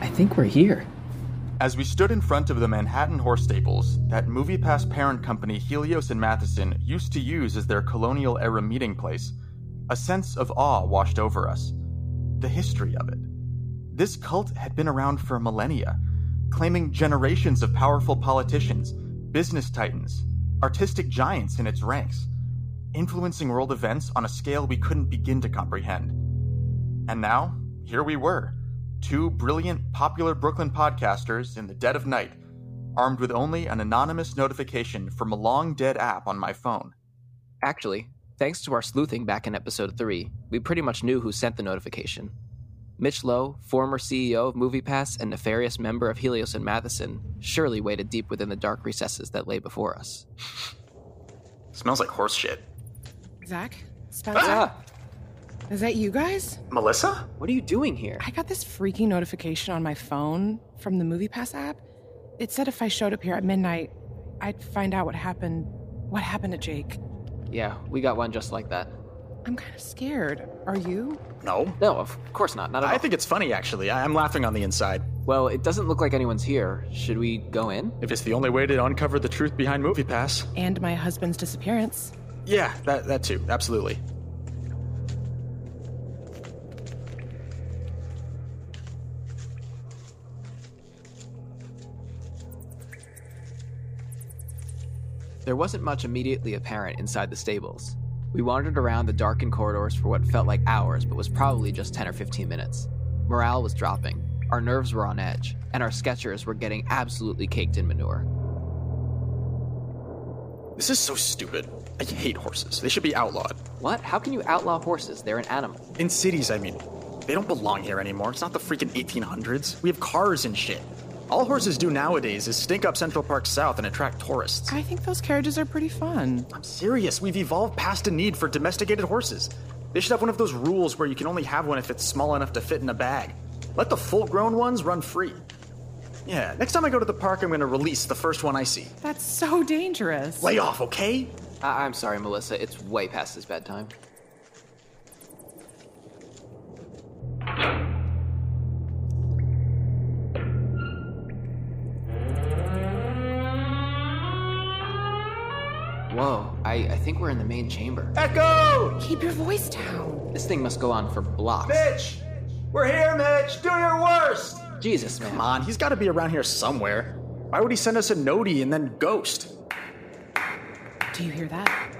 I think we're here. As we stood in front of the Manhattan Horse Stables, that MoviePass parent company Helios in Matheson used to use as their colonial era meeting place, a sense of awe washed over us. The history of it. This cult had been around for millennia, claiming generations of powerful politicians, business titans, artistic giants in its ranks, influencing world events on a scale we couldn't begin to comprehend. And now, here we were two brilliant, popular Brooklyn podcasters in the dead of night, armed with only an anonymous notification from a long dead app on my phone. Actually, thanks to our sleuthing back in episode 3, we pretty much knew who sent the notification. Mitch Lowe, former CEO of MoviePass and nefarious member of Helios and Matheson, surely waded deep within the dark recesses that lay before us. Smells like horse shit. Zach? Spencer? Ah! Is that you guys? Melissa? What are you doing here? I got this freaky notification on my phone from the MoviePass app. It said if I showed up here at midnight, I'd find out what happened. What happened to Jake? Yeah, we got one just like that. I'm kind of scared. Are you? No. No, of course not. Not at all. I think it's funny, actually. I- I'm laughing on the inside. well, it doesn't look like anyone's here. Should we go in? If it's the only way to uncover the truth behind MoviePass. And my husband's disappearance. Yeah, that, that too. Absolutely. There wasn't much immediately apparent inside the stables. We wandered around the darkened corridors for what felt like hours, but was probably just 10 or 15 minutes. Morale was dropping, our nerves were on edge, and our sketchers were getting absolutely caked in manure. This is so stupid. I hate horses. They should be outlawed. What? How can you outlaw horses? They're an animal. In cities, I mean. They don't belong here anymore. It's not the freaking 1800s. We have cars and shit. All horses do nowadays is stink up Central Park South and attract tourists. I think those carriages are pretty fun. I'm serious. We've evolved past a need for domesticated horses. They should have one of those rules where you can only have one if it's small enough to fit in a bag. Let the full grown ones run free. Yeah, next time I go to the park, I'm gonna release the first one I see. That's so dangerous. Lay off, okay? I- I'm sorry, Melissa. It's way past his bedtime. Whoa, I, I think we're in the main chamber. Echo! Keep your voice down. This thing must go on for blocks. Mitch! We're here, Mitch! Do your worst! Jesus, man. Come on, he's gotta be around here somewhere. Why would he send us a nodie and then ghost? Do you hear that?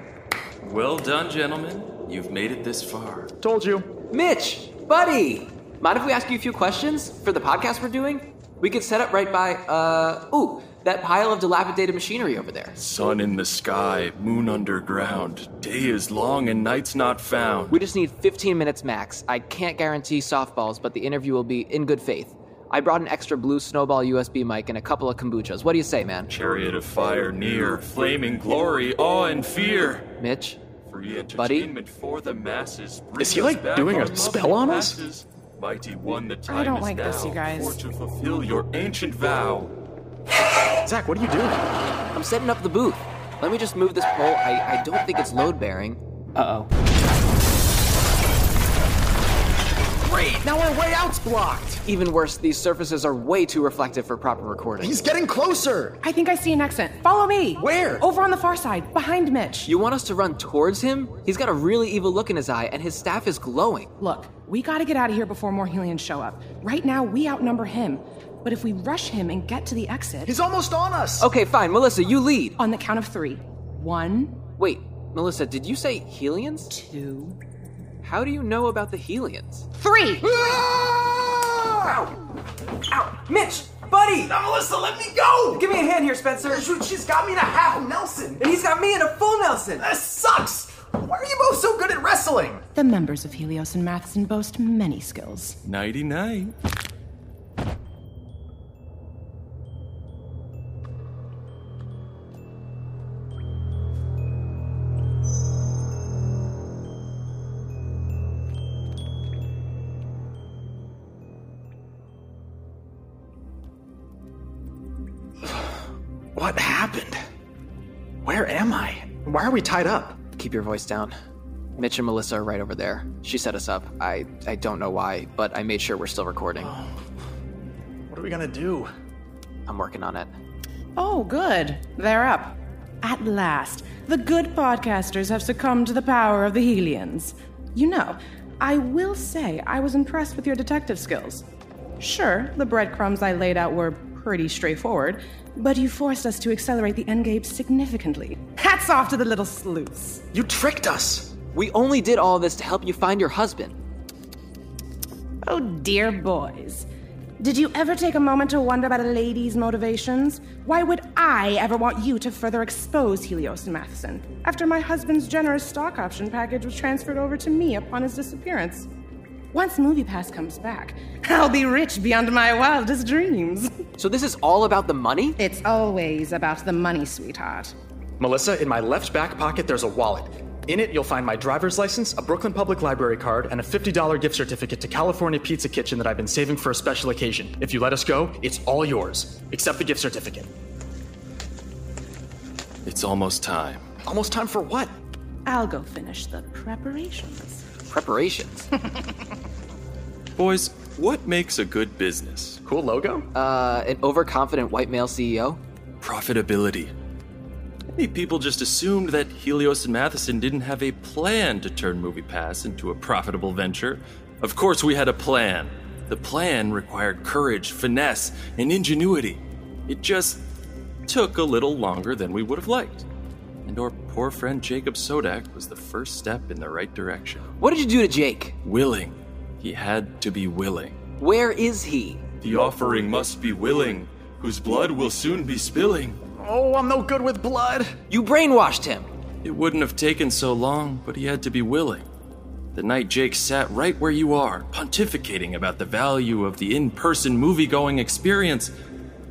Well done, gentlemen. You've made it this far. Told you. Mitch, buddy, mind if we ask you a few questions for the podcast we're doing? We could set up right by, uh, ooh, that pile of dilapidated machinery over there. Sun in the sky, moon underground. Day is long and night's not found. We just need 15 minutes max. I can't guarantee softballs, but the interview will be in good faith. I brought an extra blue snowball USB mic and a couple of kombuchas. What do you say, man? Chariot of fire near, flaming glory, awe and fear. Mitch? Free Buddy? entertainment for the masses. Is he, like, doing a spell on us? us? Mighty one, the time don't is like this, now you guys. For to fulfill your ancient vow. Zach, what are you doing? I'm setting up the booth. Let me just move this pole. I, I don't think it's load bearing. Uh oh. Great, now our way out's blocked! Even worse, these surfaces are way too reflective for proper recording. He's getting closer! I think I see an exit. Follow me. Where? Over on the far side, behind Mitch. You want us to run towards him? He's got a really evil look in his eye, and his staff is glowing. Look, we gotta get out of here before more Helians show up. Right now, we outnumber him. But if we rush him and get to the exit, He's almost on us! Okay, fine. Melissa, you lead. on the count of three. One, Wait, Melissa, did you say Helians? two, How do you know about the Helians? three! Ow! Ow! Mitch! Buddy! Melissa, let me go! Give me a hand here, Spencer! Shoot, she's got me in a half Nelson. And he's got me in a full Nelson! This sucks. Why are you both so good at wrestling? The members of Helios and Matheson boast many skills. Nighty night. What happened? Where am I? Why are we tied up? Keep your voice down. Mitch and Melissa are right over there. She set us up. I I don't know why, but I made sure we're still recording. What are we gonna do? I'm working on it. Oh, good. They're up. At last, the good podcasters have succumbed to the power of the Helians. You know, I will say I was impressed with your detective skills. Sure, the breadcrumbs I laid out were pretty straightforward, but you forced us to accelerate the endgame significantly. Hats off to the little sleuths. You tricked us! We only did all this to help you find your husband. Oh dear, boys. Did you ever take a moment to wonder about a lady's motivations? Why would I ever want you to further expose Helios and Matheson after my husband's generous stock option package was transferred over to me upon his disappearance? Once MoviePass comes back, I'll be rich beyond my wildest dreams. So this is all about the money? It's always about the money, sweetheart. Melissa, in my left back pocket, there's a wallet. In it, you'll find my driver's license, a Brooklyn Public Library card, and a $50 gift certificate to California Pizza Kitchen that I've been saving for a special occasion. If you let us go, it's all yours, except the gift certificate. It's almost time. Almost time for what? I'll go finish the preparations. Preparations. Uh, Boys, what makes a good business? Cool logo? Uh, an overconfident white male E CEO? Profitability. Many people just assumed that Helios and Matheson didn't have a plan to turn MoviePass into a profitable venture. Of course, we had a plan. The plan required courage, finesse, and ingenuity. It just took a little longer than we would have liked. And our poor friend Jacob Sodak was the first step in the right direction. What did you do to Jake? Willing. He had to be willing. Where is he? The offering must be willing, whose blood will soon be spilling. Oh, I'm no good with blood. You brainwashed him. It wouldn't have taken so long, but he had to be willing. The night Jake sat right where you are, pontificating about the value of the in person movie going experience,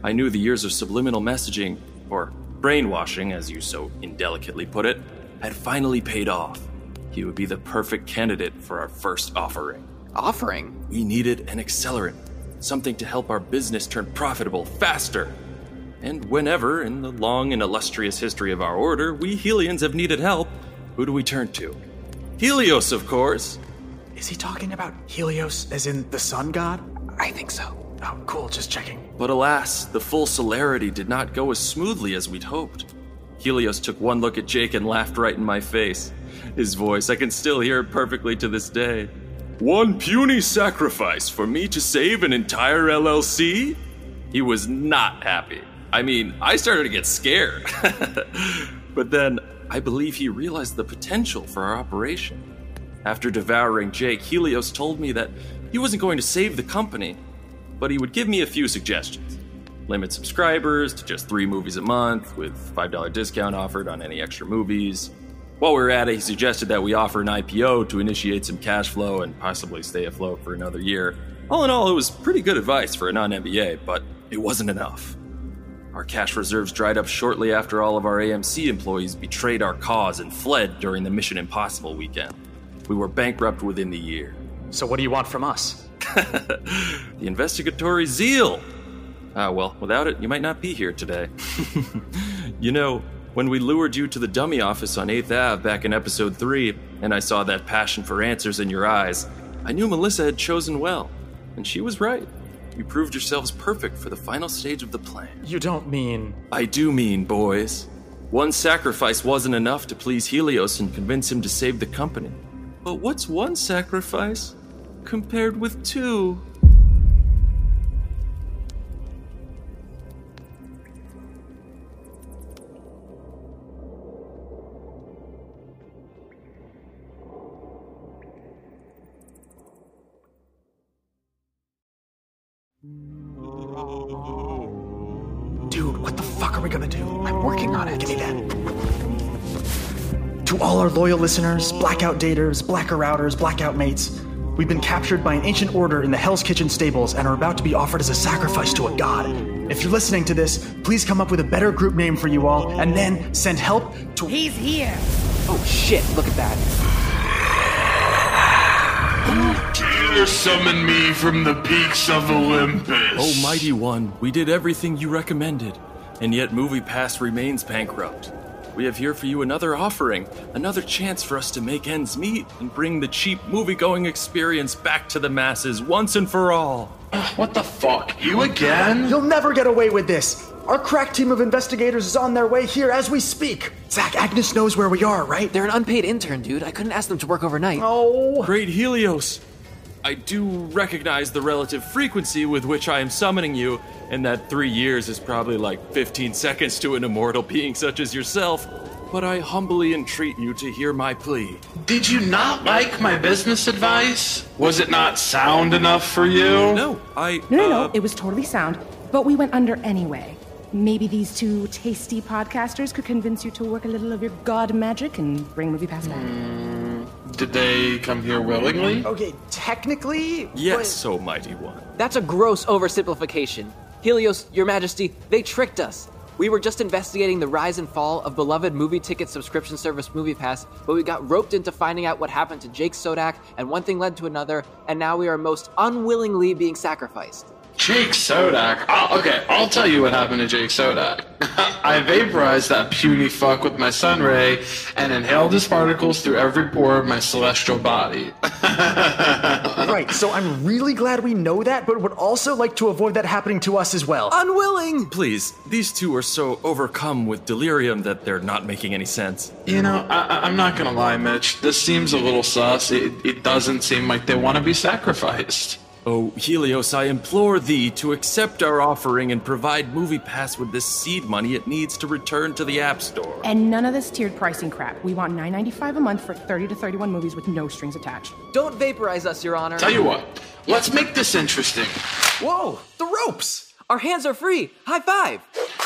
I knew the years of subliminal messaging, or brainwashing, as you so indelicately put it, had finally paid off. He would be the perfect candidate for our first offering. Offering? We needed an accelerant, something to help our business turn profitable faster. And whenever, in the long and illustrious history of our order, we Helians have needed help, who do we turn to? Helios, of course! Is he talking about Helios as in the sun god? I think so. Oh, cool, just checking. But alas, the full celerity did not go as smoothly as we'd hoped. Helios took one look at Jake and laughed right in my face. His voice, I can still hear it perfectly to this day. One puny sacrifice for me to save an entire LLC? He was not happy. I mean, I started to get scared. but then I believe he realized the potential for our operation. After devouring Jake, Helios told me that he wasn't going to save the company, but he would give me a few suggestions. Limit subscribers to just three movies a month, with $5 discount offered on any extra movies. While we were at it, he suggested that we offer an IPO to initiate some cash flow and possibly stay afloat for another year. All in all, it was pretty good advice for a non MBA, but it wasn't enough. Our cash reserves dried up shortly after all of our AMC employees betrayed our cause and fled during the Mission Impossible weekend. We were bankrupt within the year. So, what do you want from us? The investigatory zeal! Ah, well, without it, you might not be here today. you know, when we lured you to the dummy office on 8th Ave back in episode 3, and I saw that passion for answers in your eyes, I knew Melissa had chosen well. And she was right. You proved yourselves perfect for the final stage of the plan. You don't mean. I do mean, boys. One sacrifice wasn't enough to please Helios and convince him to save the company. But what's one sacrifice compared with two? Dude, what the fuck are we gonna do? I'm working on it. Give me that. To all our loyal listeners, blackout daters, blacker routers, blackout mates, we've been captured by an ancient order in the Hell's Kitchen stables and are about to be offered as a sacrifice to a god. If you're listening to this, please come up with a better group name for you all and then send help to. He's here. Oh shit, look at that. Dare summon me from the peaks of Olympus. Oh, mighty one, we did everything you recommended. And yet MoviePass remains bankrupt. We have here for you another offering, another chance for us to make ends meet and bring the cheap movie-going experience back to the masses once and for all. What the fuck? You again? You'll never get away with this. Our crack team of investigators is on their way here as we speak. Zach, Agnes knows where we are, right? They're an unpaid intern, dude. I couldn't ask them to work overnight. Oh. Great Helios! I do recognize the relative frequency with which I am summoning you, and that three years is probably like 15 seconds to an immortal being such as yourself, but I humbly entreat you to hear my plea. Did you not like my business advice? Was it not sound enough for you? No, I. No, no, no. uh, It was totally sound, but we went under anyway. Maybe these two tasty podcasters could convince you to work a little of your god magic and bring movie past back. Hmm. Did they come here willingly? Okay, technically. Yes, so mighty one. That's a gross oversimplification. Helios, Your Majesty, they tricked us. We were just investigating the rise and fall of beloved movie ticket subscription service MoviePass, but we got roped into finding out what happened to Jake Sodak, and one thing led to another, and now we are most unwillingly being sacrificed. Jake Sodak. Oh, okay, I'll tell you what happened to Jake Sodak. I vaporized that puny fuck with my sunray and inhaled his particles through every pore of my celestial body. But, right, so I'm really glad we know that, but would also like to avoid that happening to us as well. Unwilling! Please, these two are so overcome with delirium that they're not making any sense. You know, I, I- I'm not gonna lie, Mitch. This seems a little sus. It, it doesn't seem like they want to be sacrificed. Oh, Helios, I implore thee to accept our offering and provide MoviePass with this seed money it needs to return to the App Store. And none of this tiered pricing crap. We want $9.95 a month for 30 to 31 movies with no strings attached. Don't vaporize us, Your Honor. Tell you what, let's make this interesting. Whoa, the ropes! Our hands are free! High five!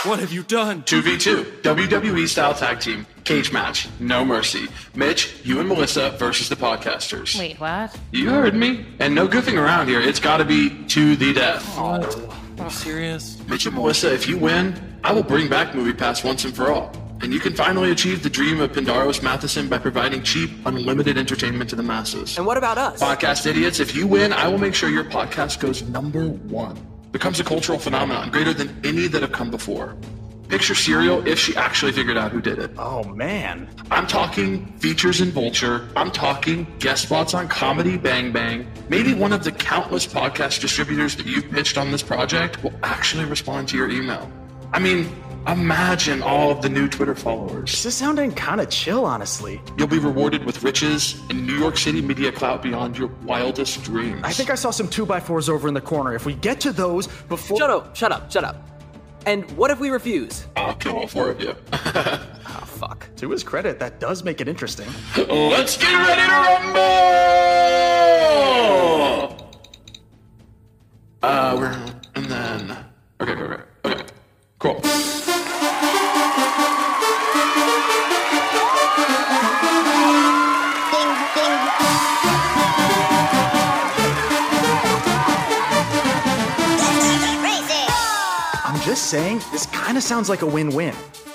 What have you done? 2v2, WWE E style tag team, cage match, no mercy. Mitch, you and Melissa versus the podcasters. Wait, what? You heard me. And no goofing around here. It's got to be to the death. Are you serious? Mitch and Melissa, if you win, I will bring back MoviePass once and for all. And you can finally achieve the dream of Pindaros Matheson by providing cheap, unlimited entertainment to the masses. And what about us? Podcast idiots, if you win, I will make sure your podcast goes number one. Becomes a cultural phenomenon greater than any that have come before. Picture Serial if she actually figured out who did it. Oh, man. I'm talking features in Vulture. I'm talking guest spots on Comedy Bang Bang. Maybe one of the countless podcast distributors that you've pitched on this project will actually respond to your email. I mean, imagine all of the new Twitter followers. This is sounding kinda chill, honestly. You'll be rewarded with riches and New York City media clout beyond your wildest dreams. I think I saw some 2x4s over in the corner. If we get to those before. Shut up, shut up, shut up. And what if we refuse? I'll kill all four of you. Oh, fuck. To his credit, that does make it interesting. Let's get ready to rumble! Uh, we're and then okay, okay, okay, okay, cool. I'm just saying, this kinda sounds like a win win.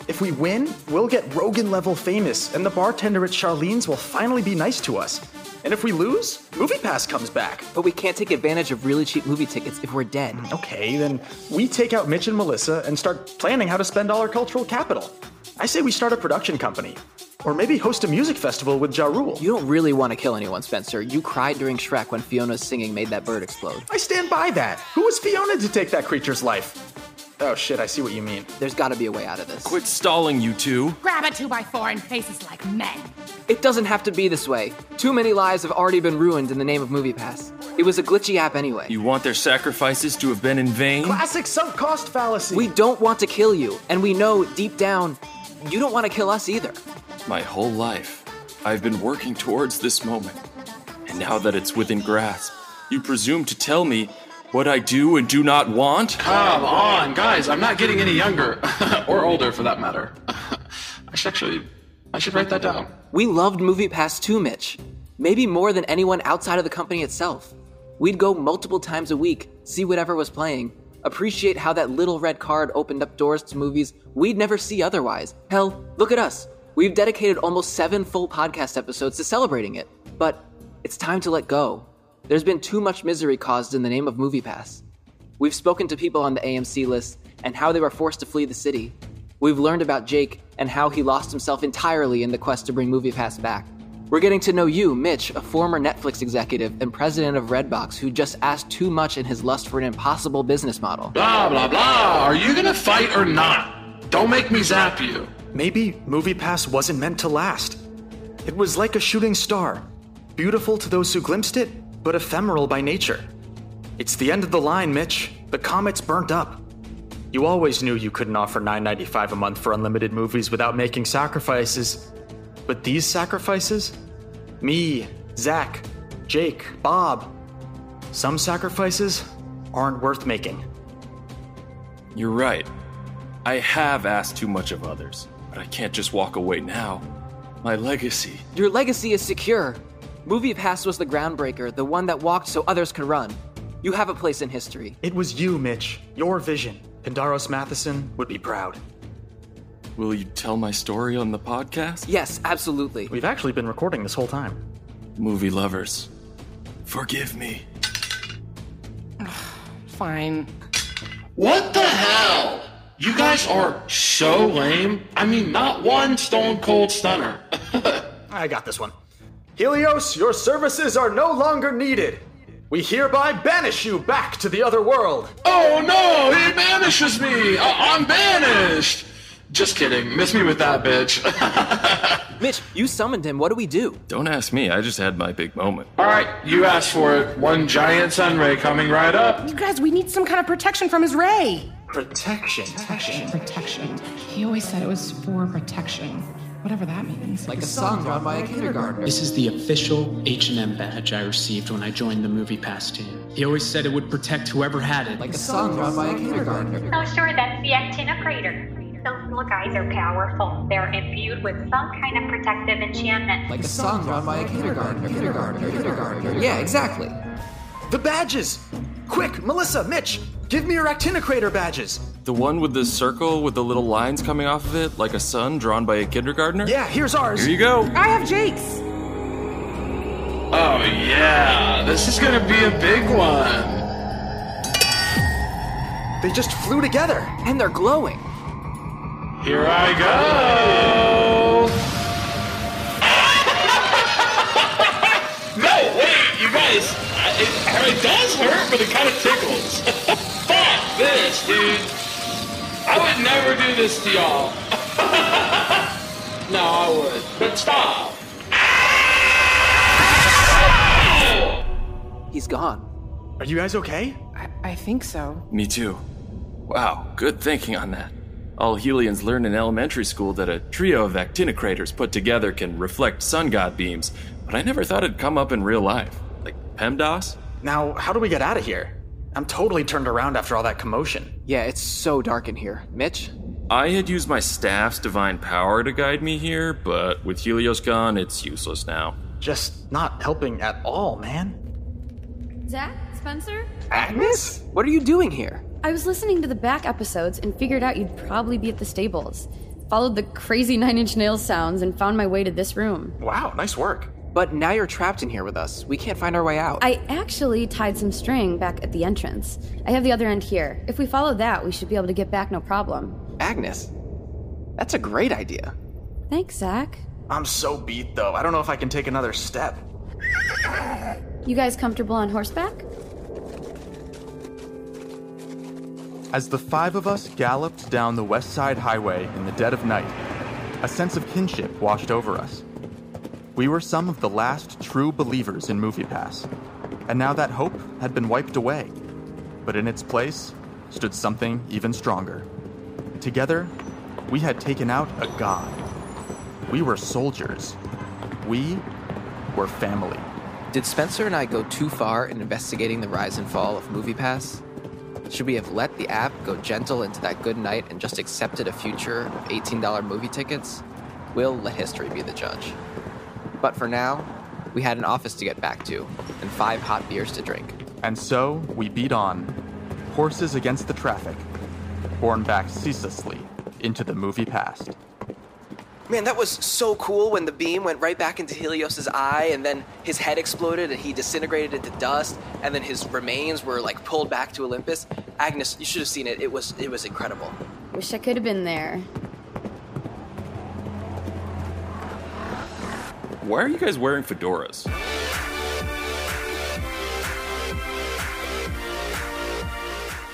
If we win, we'll get Rogan level famous, and the bartender at Charlene's will finally be nice to us. And if we lose, MoviePass comes back. But we can't take advantage of really cheap movie tickets if we're dead. Okay, then we take out Mitch and Melissa and start planning how to spend all our cultural capital. I say we start a production company. Or maybe host a music festival with Ja Rule. You don't really want to kill anyone, Spencer. You cried during Shrek when Fiona's singing made that bird explode. I stand by that. Who was Fiona to take that creature's life? Oh shit, I see what you mean. There's got to be a way out of this. Quit stalling, you two. Grab a 2x4 and face us like men. It doesn't have to be this way. Too many lives have already been ruined in the name of MoviePass. It was a glitchy app anyway. You want their sacrifices to have been in vain? Classic sunk cost fallacy. we don't want to kill you, and we know deep down you don't want to kill us either. My whole life, I've been working towards this moment. And now that it's within grasp, you presume to tell me what I do and do not want? Come Um, on, guys! I'm not getting any younger or older, for that matter. I should actually, I should write that down. We loved MoviePass too, Mitch. Maybe more than anyone outside of the company itself. We'd go multiple times a week, see whatever was playing, appreciate how that little red card opened up doors to movies we'd never see otherwise. Hell, look at us. We've dedicated almost seven full podcast episodes to celebrating it. But it's time to let go. There's been too much misery caused in the name of MoviePass. We've spoken to people on the AMC list and how they were forced to flee the city. We've learned about Jake and how he lost himself entirely in the quest to bring MoviePass back. We're getting to know you, Mitch, a former Netflix executive and president of Redbox who just asked too much in his lust for an impossible business model. Blah, blah, blah. Are you gonna fight or not? Don't make me zap you. Maybe MoviePass wasn't meant to last. It was like a shooting star, beautiful to those who glimpsed it, but ephemeral by nature. It's the end of the line, Mitch. The comet's burnt up. You always knew you couldn't offer $9.95 a month for unlimited movies without making sacrifices. But these sacrifices? Me, Zach, Jake, Bob. Some sacrifices aren't worth making. You're right. I have asked too much of others, but I can't just walk away now. My legacy. Your legacy is secure. MoviePass was the groundbreaker, the one that walked so others could run. You have a place in history. It was you, Mitch. Your vision. Pindaros Matheson would be proud. Will you tell my story on the podcast? Yes, absolutely. We've actually been recording this whole time. Movie lovers, forgive me. Fine. What the hell? You guys are so lame. I mean, not one stone cold stunner. I got this one. Helios, your services are no longer needed. We hereby banish you back to the other world. oh no, he banishes me. I- I'm banished. Just kidding. Miss me with that, bitch. Mitch, you summoned him. What do we do? Don't ask me, I just had my big moment. All right, you asked for it. One giant sun ray coming right up. You guys, we need some kind of protection from his ray. Protection. Protection. Protection. He always said it was for protection. Whatever that means. Like a song drawn by a kindergartner. This is the official H&M badge I received when I joined the MoviePass team. He always said it would protect whoever had it. Like a song drawn by a kindergartner. So sure, that's the Actina crater. Those little guys are powerful. They're imbued with some kind of protective enchantment. Like a song drawn by a kindergartner. Kindergartner. Kindergartner. Yeah, exactly. The badges! Quick, Melissa, Mitch, give me your Actinocrator badges. The one with the circle with the little lines coming off of it, like a sun drawn by a kindergartner? Yeah, here's ours. Here you go. I have Jake's. Oh yeah, this is gonna be a big one. They just flew together. And they're glowing. Here I go. no, wait, you guys. I- It, it does hurt, but it kind of tickles. Fuck this, dude. I would never do this to y'all. no, I would. But stop. He's gone. Are you guys okay? I, I think so. Me too. Wow, good thinking on that. All Helians learn in elementary school that a trio of actinocrators put together can reflect sun god beams, but I never thought it'd come up in real life. Like PEMDAS? Now, how do we get out of here? I'm totally turned around after all that commotion. Yeah, it's so dark in here. Mitch? I had used my staff's divine power to guide me here, but with Helios gone, it's useless now. Just not helping at all, man. Zach? Spencer? Agnes? What are you doing here? I was listening to the back episodes and figured out you'd probably be at the stables. Followed the crazy Nine Inch Nails sounds and found my way to this room. Wow, nice work. But now you're trapped in here with us. We can't find our way out. I actually tied some string back at the entrance. I have the other end here. If we follow that, we should be able to get back no problem. Agnes, that's a great idea. Thanks, Zach. I'm so beat though. I don't know if I can take another step. You guys comfortable on horseback? As the five of us galloped down the West Side Highway in the dead of night, a sense of kinship washed over us. We were some of the last true believers in MoviePass, and now that hope had been wiped away. But in its place stood something even stronger. Together, we had taken out a god. We were soldiers. We were family. Did Spencer and I go too far in investigating the rise and fall of MoviePass? Should we have let the app go gentle into that good night and just accepted a future of $18 movie tickets? We'll let history be the judge. But for now, we had an office to get back to and five hot beers to drink. And so we beat on, horses against the traffic, borne back ceaselessly into the movie past. Man, that was so cool when the beam went right back into Helios's eye and then his head exploded and he disintegrated into dust and then his remains were like pulled back to Olympus. Agnes, you should have seen it. It was it was incredible. Wish I could have been there. Why are you guys wearing fedoras?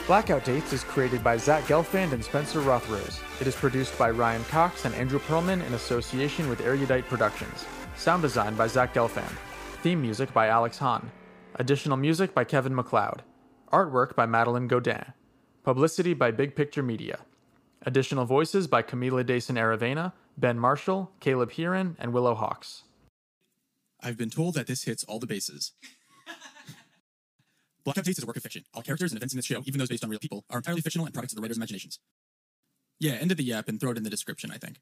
Blackout Dates is created by Zach Gelfand and Spencer Rothrose. It is produced by Ryan Cox and Andrew Perlman in association with Erudite Productions. Sound design by Zach Gelfand. Theme music by Alex Hahn. Additional music by Kevin McLeod. Artwork by Madeline Godin. Publicity by Big Picture Media. Additional voices by Camila Dason Aravena, Ben Marshall, Caleb Heron, and Willow Hawks. I've been told that this hits all the bases. Blackout Dates is a work of fiction. All characters and events in this show, even those based on real people, are entirely fictional and products of the writer's imaginations. Yeah, end of the yap and throw it in the description, I think.